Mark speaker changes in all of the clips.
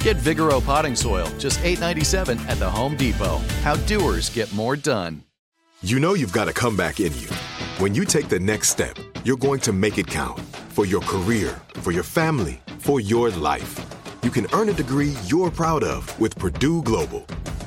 Speaker 1: Get Vigoro potting soil, just $8.97 at the Home Depot. How doers get more done.
Speaker 2: You know you've got a comeback in you. When you take the next step, you're going to make it count for your career, for your family, for your life. You can earn a degree you're proud of with Purdue Global.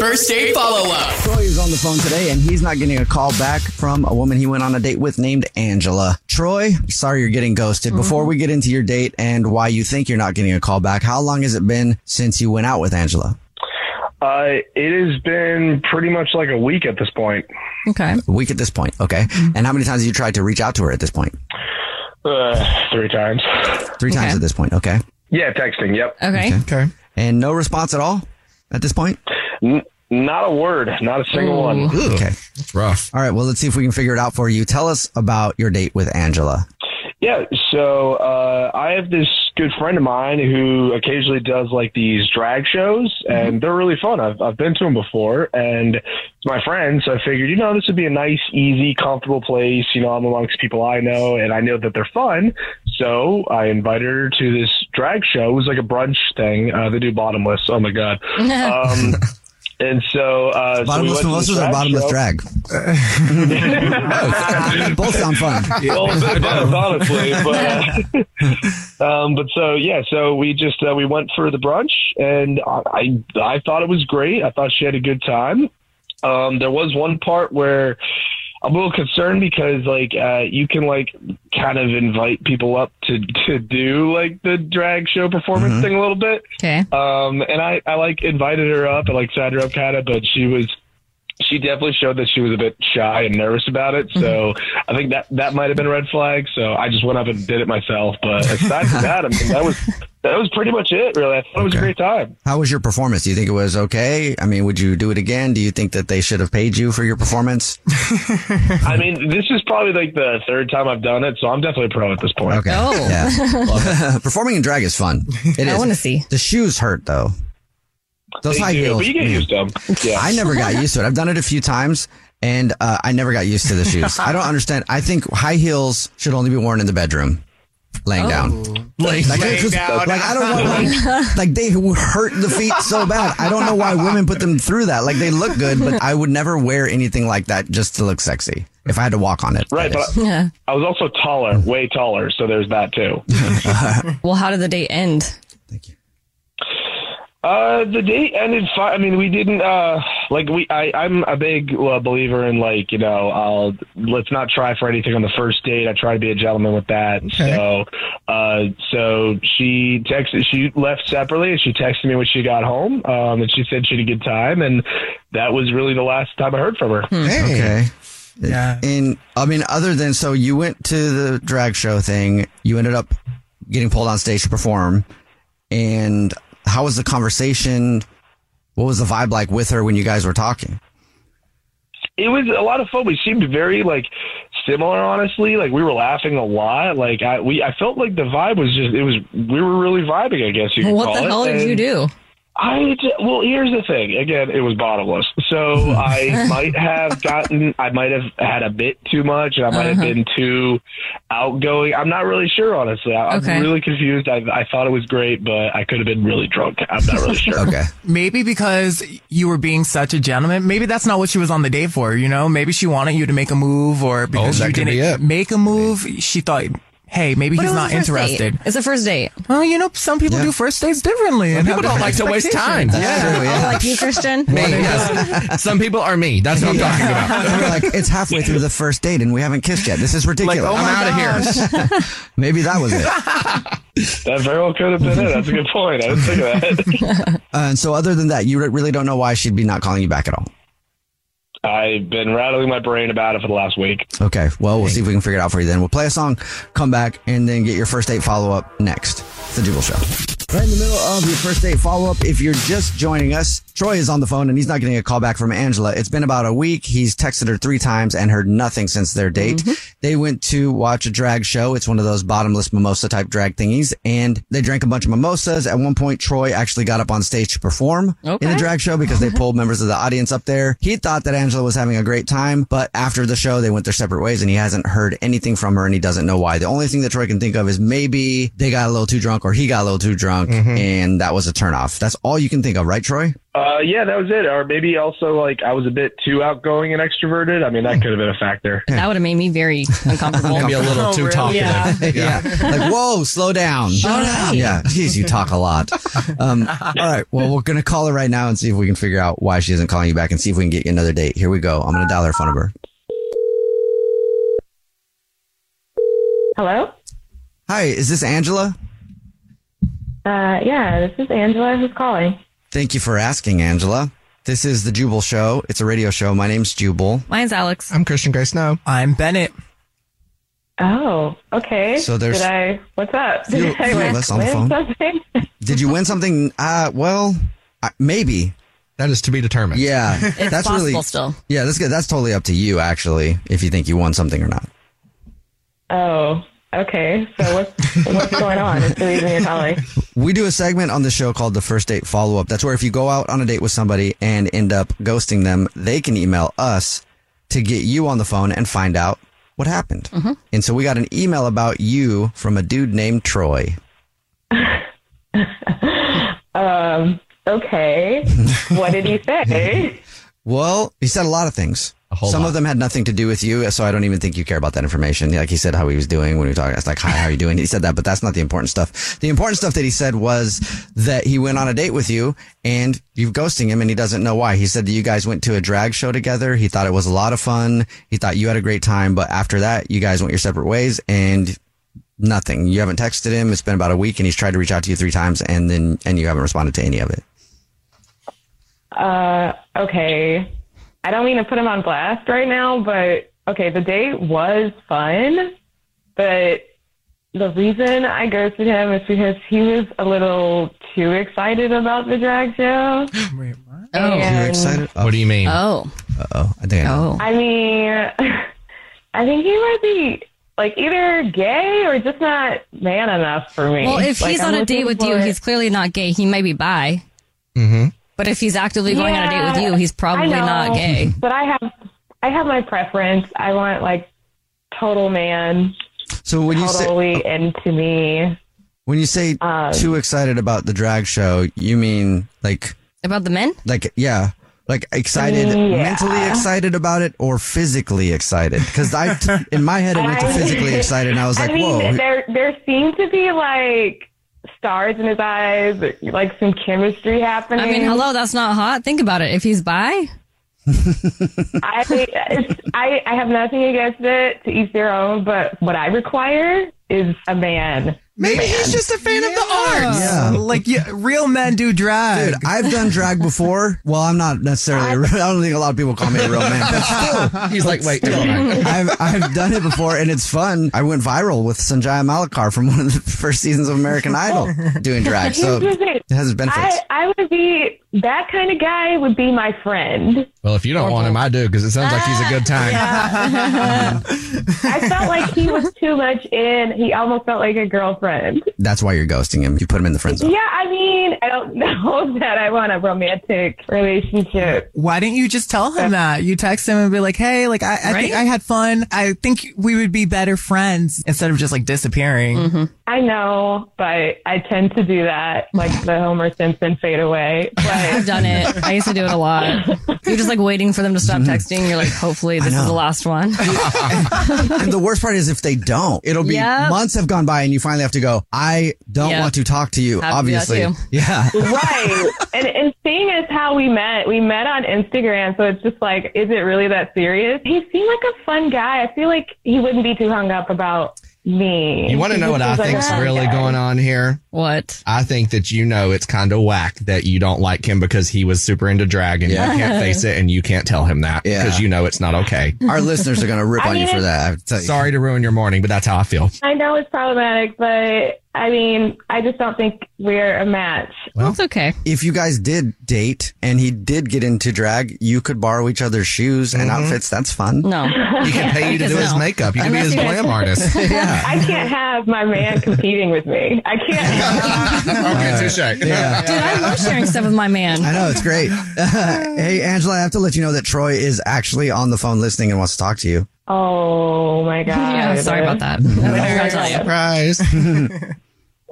Speaker 3: First date follow up.
Speaker 4: Troy is on the phone today, and he's not getting a call back from a woman he went on a date with named Angela. Troy, sorry you're getting ghosted.
Speaker 5: Mm-hmm.
Speaker 4: Before we get into your date and why you think you're not getting a call back, how long has it been since you went out with Angela?
Speaker 6: Uh, it has been pretty much like a week at this point.
Speaker 7: Okay.
Speaker 4: A week at this point, okay?
Speaker 5: Mm-hmm.
Speaker 4: And how many times have you tried to reach out to her at this point?
Speaker 6: Uh, three times.
Speaker 4: Three times
Speaker 7: Okay.
Speaker 4: at this point, okay?
Speaker 6: Yeah, texting. Yep.
Speaker 7: Okay.
Speaker 4: Okay. And no response at all at this point?
Speaker 6: N- not a word. Not a single one.
Speaker 4: Okay.
Speaker 5: That's rough.
Speaker 4: All right, well, let's see if we can figure it out for you. Tell us about your date with Angela.
Speaker 6: Yeah. So uh, I have this good friend of mine who occasionally does like these drag shows, and they're really fun. I've I've been to them before, and it's my friend. So I figured, you know, this would be a nice, easy, comfortable place. You know, I'm amongst people I know, and I know that they're fun. So I invited her to this drag show. It was like a brunch thing. Uh, they do bottomless. Oh my god. Um, And so, uh,
Speaker 4: Bottomless
Speaker 6: so we went to
Speaker 4: mimosas
Speaker 6: the
Speaker 4: or
Speaker 6: drag
Speaker 4: bottomless
Speaker 6: show.
Speaker 4: drag? Both. Both sound fun.
Speaker 6: well, a bit both, honestly. But, uh, um, but so yeah, so we just uh, we went for the brunch, and I I thought it was great. I thought she had a good time. Um, there was one part where I'm a little concerned because like uh, you can like kind of invite people up to to do like the drag show performance thing a little bit.
Speaker 7: Okay.
Speaker 6: Um, and I, I like invited her up and like sat her up kind of, but she was, she definitely showed that she was a bit shy and nervous about it. So
Speaker 4: Mm-hmm.
Speaker 6: I think that that might have been a red flag. So I just went up and did it myself. But aside from that, I mean, that was that was pretty much it. Really, I thought it was a great time.
Speaker 4: How was your performance? Do you think it was okay? I mean, would you do it again? Do you think that they should have paid you for your performance?
Speaker 6: I mean, this is probably like the third time I've done it, so I'm definitely pro at this point.
Speaker 4: Okay.
Speaker 7: Oh.
Speaker 4: Yeah. Performing in drag is fun. It
Speaker 7: I
Speaker 4: is.
Speaker 7: wanna see.
Speaker 4: The shoes hurt though. Those
Speaker 6: They
Speaker 4: high
Speaker 6: do,
Speaker 4: heels.
Speaker 6: but you get
Speaker 4: mm.
Speaker 6: used to them. Yeah.
Speaker 4: I never got used to it. I've done it a few times and uh, I never got used to the shoes. I don't understand. I think high heels should only be worn in the bedroom. Laying down, like, like,
Speaker 5: Oh. Laying
Speaker 4: just-
Speaker 5: down.
Speaker 4: like, I don't want like, like they hurt the feet so bad. I don't know why women put them through that. Like they look good, but I would never wear anything like that just to look sexy. If I had to walk on it,
Speaker 6: Right,
Speaker 4: that is.
Speaker 6: but I, I was also taller,
Speaker 4: Mm.
Speaker 6: way taller, so there's that too.
Speaker 7: Well, how did the date end?
Speaker 6: Uh, the date ended fine. I mean, we didn't, uh, like we, I, I'm a big uh, believer in like, you know, I'll, let's not try for anything on the first date. I try to be a gentleman with that. So, uh, so she texted, she left separately and she texted me when she got home. Um, and she said she had a good time. And that was really the last time I heard from her.
Speaker 7: Hmm.
Speaker 5: Hey.
Speaker 4: okay.
Speaker 5: Yeah.
Speaker 4: And I mean, other than so, you went to the drag show thing. You ended up getting pulled on stage to perform. And how was the conversation? What was the vibe like with her when you guys were talking?
Speaker 6: it was a lot of fun. We seemed very like similar, honestly. Like we were laughing a lot. Like I, we, I felt like the vibe was just, it was, we were really vibing, I guess you could
Speaker 7: What
Speaker 6: call
Speaker 7: the
Speaker 6: it.
Speaker 7: hell did
Speaker 6: And-
Speaker 7: you do?
Speaker 6: I d- well, here's the thing. Again, it was bottomless, so I might have gotten, I might have had a bit too much, and I might have been too outgoing. I'm not really sure, honestly. I,
Speaker 7: Okay.
Speaker 6: I'm really confused. I, I thought it was great, but I could have been really drunk. I'm not really sure.
Speaker 4: Okay.
Speaker 5: Maybe because you were being such a gentleman, maybe that's not what she was on the date for, you know? Maybe she wanted you to make a move or because
Speaker 8: Oh, that
Speaker 5: you
Speaker 8: could
Speaker 5: didn't
Speaker 8: be it.
Speaker 5: make a move, she thought, hey, maybe
Speaker 7: But it
Speaker 5: he's
Speaker 7: was
Speaker 5: not
Speaker 7: a first
Speaker 5: interested.
Speaker 7: Date. It's a first date.
Speaker 5: Well, you know, some people do first dates differently. and
Speaker 8: people
Speaker 5: have
Speaker 8: don't like to
Speaker 5: different
Speaker 8: waste time.
Speaker 5: expectations.
Speaker 8: Yeah.
Speaker 4: True,
Speaker 7: Oh,
Speaker 4: yeah.
Speaker 7: like you, Christian?
Speaker 8: Me, yes. Some people are me. That's what I'm talking about.
Speaker 4: We're like, it's halfway through the first date and we haven't kissed yet. This is
Speaker 8: Like,
Speaker 4: ridiculous.
Speaker 8: oh, I'm
Speaker 4: I'm
Speaker 8: out of here.
Speaker 4: out. Maybe that was it. Uh,
Speaker 6: That very well could have been it. That's a good point. I didn't think of that.
Speaker 4: and so, other than that, you re- really don't know why she'd be not calling you back at all.
Speaker 6: I've been rattling my brain about it for the last week.
Speaker 4: Okay. Well, we'll see if we can figure it out for you then. We'll play a song, come back, and then get your first date follow up next. It's the Jubal Show. Right in the middle of your first date follow up, if you're just joining us, Troy is on the phone and he's not getting a call back from Angela. It's been about a week. He's texted her three times and heard nothing since their date. They went to watch a drag show. It's one of those bottomless mimosa type drag thingies and they drank a bunch of mimosas. At one point, Troy actually got up on stage to perform in the
Speaker 7: Okay.
Speaker 4: drag drag show because they pulled members of the audience up there. He thought that Angela was having a great time, but after the show, they went their separate ways and he hasn't heard anything from her and he doesn't know why. The only thing that Troy can think of is maybe they got a little too drunk or he got a little too drunk and that was a turnoff. That's all you can think of, right, Troy?
Speaker 6: Uh, yeah, that was it. Or maybe also like I was a bit too outgoing and extroverted. I mean, that could have been a factor.
Speaker 7: That would have made me very uncomfortable.
Speaker 8: Maybe a little too talkative.
Speaker 4: yeah. like, whoa, slow down.
Speaker 7: Shut up.
Speaker 4: Yeah. Jeez, you talk a lot. Um, all right. Well, we're going to call her right now and see if we can figure out why she isn't calling you back and see if we can get you another date. Here we go. I'm going to dial her phone number.
Speaker 9: Hello?
Speaker 4: Hi, is this Angela?
Speaker 9: Uh, yeah, this is Angela who's calling.
Speaker 4: Thank you for asking, Angela. This is the Jubal Show. It's a radio show. My name's Jubal.
Speaker 7: Mine's Alex.
Speaker 8: I'm Christian Gray Snow.
Speaker 5: I'm Bennett.
Speaker 9: Oh, okay.
Speaker 4: So there's-
Speaker 9: Did I, what's up? Did
Speaker 4: You-
Speaker 9: I
Speaker 4: you
Speaker 9: win-
Speaker 4: less on the
Speaker 9: win
Speaker 4: phone?
Speaker 9: something?
Speaker 4: Did you win something? Uh, well, I, maybe.
Speaker 8: That is to be determined.
Speaker 4: Yeah,
Speaker 7: It's
Speaker 4: that's
Speaker 7: possible
Speaker 4: really.
Speaker 7: still.
Speaker 4: Yeah, that's good. That's totally up to you, actually, if you think you won something or not.
Speaker 9: Oh, okay. So what's, what's going on? It's the reason you're calling.
Speaker 4: We do a segment on the show called the first date follow up. That's where if you go out on a date with somebody and end up ghosting them, they can email us to get you on the phone and find out what happened.
Speaker 7: Mm-hmm.
Speaker 4: And so we got an email about you from a dude named Troy.
Speaker 9: Okay. What did he say?
Speaker 4: Well, he said a lot of things.
Speaker 8: whole
Speaker 4: Some
Speaker 8: lot.
Speaker 4: of them had nothing to do with you, so I don't even think you care about that information. Like he said how he was doing when we were talking. It's like, hi, how are you doing? He said that, but that's not the important stuff. The important stuff that he said was that he went on a date with you and you've ghosting him and he doesn't know why. He said that you guys went to a drag show together. He thought it was a lot of fun. He thought you had a great time, but after that, you guys went your separate ways and nothing. You haven't texted him. It's been about a week and he's tried to reach out to you three times and then, and you haven't responded to any of it.
Speaker 9: Okay. I don't mean to put him on blast right now, but okay, the date was fun, but the reason I ghosted him is because he was a little too excited about the drag show.
Speaker 7: Oh.
Speaker 4: You're excited? Oh,
Speaker 8: What do you mean?
Speaker 7: Oh.
Speaker 4: oh, I think I know.
Speaker 7: Oh.
Speaker 9: I mean, I think he might be like either gay or just not man enough for me.
Speaker 7: Well, if
Speaker 9: Like,
Speaker 7: he's
Speaker 9: I'm
Speaker 7: on a date
Speaker 9: looking
Speaker 7: with you,
Speaker 9: for-
Speaker 7: he's clearly not gay. He might be bi. Mm-hmm. But if he's actively going on a date with
Speaker 9: Yeah,
Speaker 7: you, he's probably
Speaker 9: I know,
Speaker 7: not gay.
Speaker 9: But I have, I have my preference. I want like total man,
Speaker 4: So when you say,
Speaker 9: totally into me.
Speaker 4: When you say
Speaker 9: Um,
Speaker 4: too excited about the drag show, you mean like
Speaker 7: About the men?
Speaker 4: like yeah, like excited,
Speaker 9: Yeah.
Speaker 4: mentally excited about it, or physically excited? Because I, in my head, it went to
Speaker 9: I-
Speaker 4: physically excited, and I was like,
Speaker 9: I mean,
Speaker 4: whoa,
Speaker 9: there there seemed to be like stars in his eyes, like some chemistry happening.
Speaker 7: I mean, hello, that's not hot. Think about it. If he's bi,
Speaker 9: I, it's, I I have nothing against it to each their own, but what I require is a man.
Speaker 5: Maybe he's just a fan of the arts.
Speaker 4: Yeah.
Speaker 5: Like, yeah, real men do drag.
Speaker 4: dude, I've done drag before. Well, I'm not necessarily. a real- I don't think a lot of people call me a real man, but still,
Speaker 8: He's like, wait, never mind.
Speaker 4: I've I've done it before, and it's fun. I went viral with Sanjay Malakar from one of the first seasons of American Idol doing drag, so
Speaker 9: Here's the thing.
Speaker 4: it has its benefits.
Speaker 9: I, I would be that kind of guy would be my friend.
Speaker 8: Well, if you don't want him, I do because it sounds like he's a good time.
Speaker 9: I felt like he was too much in. He almost felt like a girlfriend.
Speaker 4: That's why you're ghosting him. You put him in the friend zone.
Speaker 9: Yeah, I mean, I don't know that I want a romantic relationship.
Speaker 5: Why didn't you just tell him that? You text him and be like, hey, like, I, I think I had fun. I think we would be better friends instead of just like disappearing.
Speaker 9: I know, but I tend to do that, like the Homer Simpson fade away. But
Speaker 7: I've done it. I used to do it a lot. You're just like waiting for them to
Speaker 8: Mm-hmm.
Speaker 7: stop texting. You're like, hopefully this is the last one.
Speaker 4: and the worst part is if they don't, it'll be
Speaker 7: Yep.
Speaker 4: months have gone by and you finally have to go, I don't
Speaker 7: Yeah.
Speaker 4: want to talk to you,
Speaker 7: Have to do that
Speaker 4: obviously.
Speaker 7: too.
Speaker 4: Yeah.
Speaker 9: right. And and seeing as how we met, we met on Instagram, so it's just like, is it really that serious? He seemed like a fun guy. I feel like he wouldn't be too hung up about me.
Speaker 8: You want to
Speaker 9: He
Speaker 8: know what I
Speaker 9: just seems like a
Speaker 8: think's
Speaker 9: fun
Speaker 8: really
Speaker 9: guy.
Speaker 8: going on here?
Speaker 7: What?
Speaker 8: I think that you know it's kind of whack that you don't like him because he was super into drag and
Speaker 4: Yeah.
Speaker 8: you can't face it and you can't tell him that
Speaker 4: Yeah.
Speaker 8: because you know it's not okay.
Speaker 4: Our listeners are going to rip
Speaker 9: I
Speaker 4: on you
Speaker 9: mean,
Speaker 4: for that. I have to tell you.
Speaker 8: Sorry to ruin your morning, but that's how I feel.
Speaker 9: I know it's problematic, but I mean, I just don't think we're a match.
Speaker 8: Well,
Speaker 7: It's okay.
Speaker 4: If you guys did date and he did get into drag, you could borrow each other's shoes and outfits. That's fun.
Speaker 7: No.
Speaker 8: he can pay you to do
Speaker 7: No.
Speaker 8: his Mm-hmm. makeup. You can be
Speaker 7: Unless
Speaker 8: his
Speaker 7: you guys-
Speaker 8: glam artist.
Speaker 4: Yeah.
Speaker 9: I can't have my man competing with me. I can't. Have
Speaker 8: okay, touche.
Speaker 4: Yeah.
Speaker 7: Dude, I love sharing stuff with my
Speaker 4: I
Speaker 7: man.
Speaker 4: know it's great. hey, Angela, I have to let you know that Troy is actually on the phone listening and wants to talk to you.
Speaker 9: oh my god.
Speaker 7: Yeah, sorry about that. That's what I was gonna tell you.
Speaker 8: Surprise.
Speaker 6: Uh,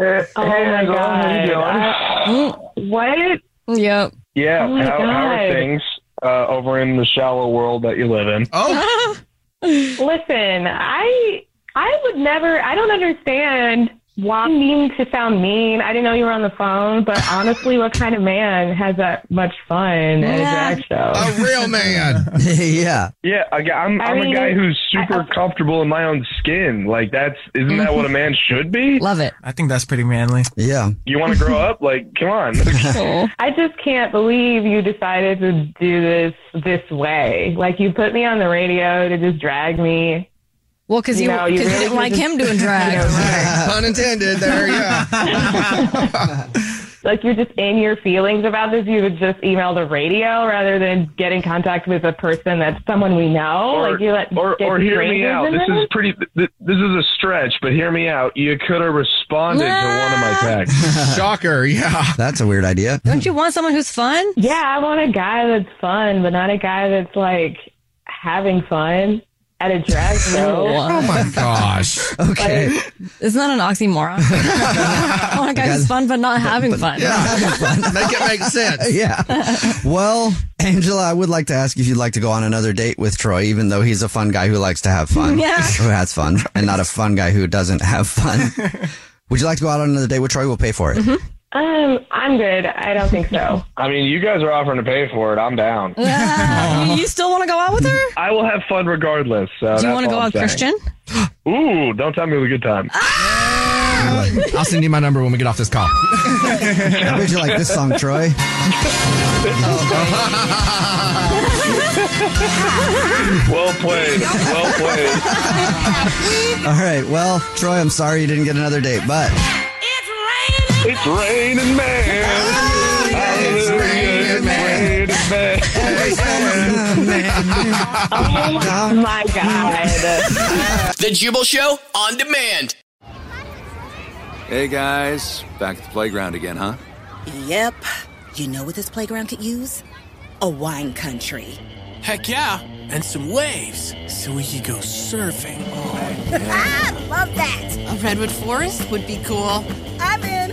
Speaker 9: Oh
Speaker 6: hey,
Speaker 9: my
Speaker 6: Angela,
Speaker 9: god.
Speaker 6: how you
Speaker 9: I-
Speaker 6: doing?
Speaker 9: what?
Speaker 7: Yep.
Speaker 6: Yeah,
Speaker 9: Oh my
Speaker 6: how, how are
Speaker 9: God.
Speaker 6: things uh, over in the shallow world that you live in?
Speaker 8: Oh,
Speaker 9: Listen, I I would never. I don't understand why you mean to sound mean. I didn't know you were on the phone, but honestly, what kind of man has that much fun at a
Speaker 7: Yeah.
Speaker 9: drag show?
Speaker 8: a real man.
Speaker 4: yeah.
Speaker 6: Yeah, I, I'm,
Speaker 9: I
Speaker 6: I'm
Speaker 9: mean,
Speaker 6: a guy who's
Speaker 9: I-
Speaker 6: super comfortable in my own skin. Like that's isn't that what a man should be?
Speaker 7: Love it.
Speaker 5: I think that's pretty manly.
Speaker 4: Yeah.
Speaker 6: You want to grow up? Like, come on.
Speaker 9: I just can't believe you decided to do this this way. Like you put me on the radio to just drag me.
Speaker 7: Well, because you,
Speaker 9: You know, you
Speaker 7: 'cause you
Speaker 9: really
Speaker 7: didn't like
Speaker 9: just-
Speaker 7: him doing drag.
Speaker 8: Pun intended there, yeah.
Speaker 9: Like you're just in your feelings about this. You would just email the radio rather than get in contact with a person that's someone we know.
Speaker 6: Or,
Speaker 9: like you let
Speaker 6: or,
Speaker 9: get
Speaker 6: or hear me
Speaker 9: strangers
Speaker 6: out.
Speaker 9: in
Speaker 6: This
Speaker 9: there?
Speaker 6: is pretty. Th- th- this is a stretch, but hear me out. You could have responded to one of my texts.
Speaker 8: Shocker, yeah.
Speaker 4: That's a weird idea.
Speaker 7: Don't you want someone who's fun?
Speaker 9: Yeah, I want a guy that's fun, but not a guy that's like having fun at a drag show.
Speaker 8: Oh my gosh.
Speaker 4: Okay.
Speaker 7: Isn't that an oxymoron? I want a guy who's fun but not having fun.
Speaker 8: Make it make sense.
Speaker 4: yeah. Well, Angela, I would like to ask if you'd like to go on another date with Troy, even though he's a fun guy who likes to have fun,
Speaker 7: Yeah.
Speaker 4: who has fun, and not a fun guy who doesn't have fun. would you like to go out on another date with Troy? We'll pay for it.
Speaker 9: Um, I'm good. I don't think so.
Speaker 6: I mean, you guys are offering to pay for it. I'm down.
Speaker 7: Ah, you- you still want to go out with her?
Speaker 6: I will have fun regardless. So
Speaker 7: Do you want
Speaker 6: want
Speaker 7: to go out with Christian?
Speaker 6: Ooh, don't tell me it was a good time.
Speaker 9: Ah!
Speaker 8: I'll send you my number when we get off this call.
Speaker 4: I bet you like this song, Troy.
Speaker 6: Well played. Well played.
Speaker 4: All right. Well, Troy, I'm sorry you didn't get another date, but
Speaker 6: It's raining man. It's raining man.
Speaker 9: Oh my god.
Speaker 3: The Jubal Show on demand.
Speaker 10: Hey guys, back at the playground again, huh?
Speaker 11: Yep. You know what this playground could use? A wine country.
Speaker 3: Heck yeah. And some waves so we could go surfing.
Speaker 11: Ah, Love that. A redwood forest would be cool. I'm in.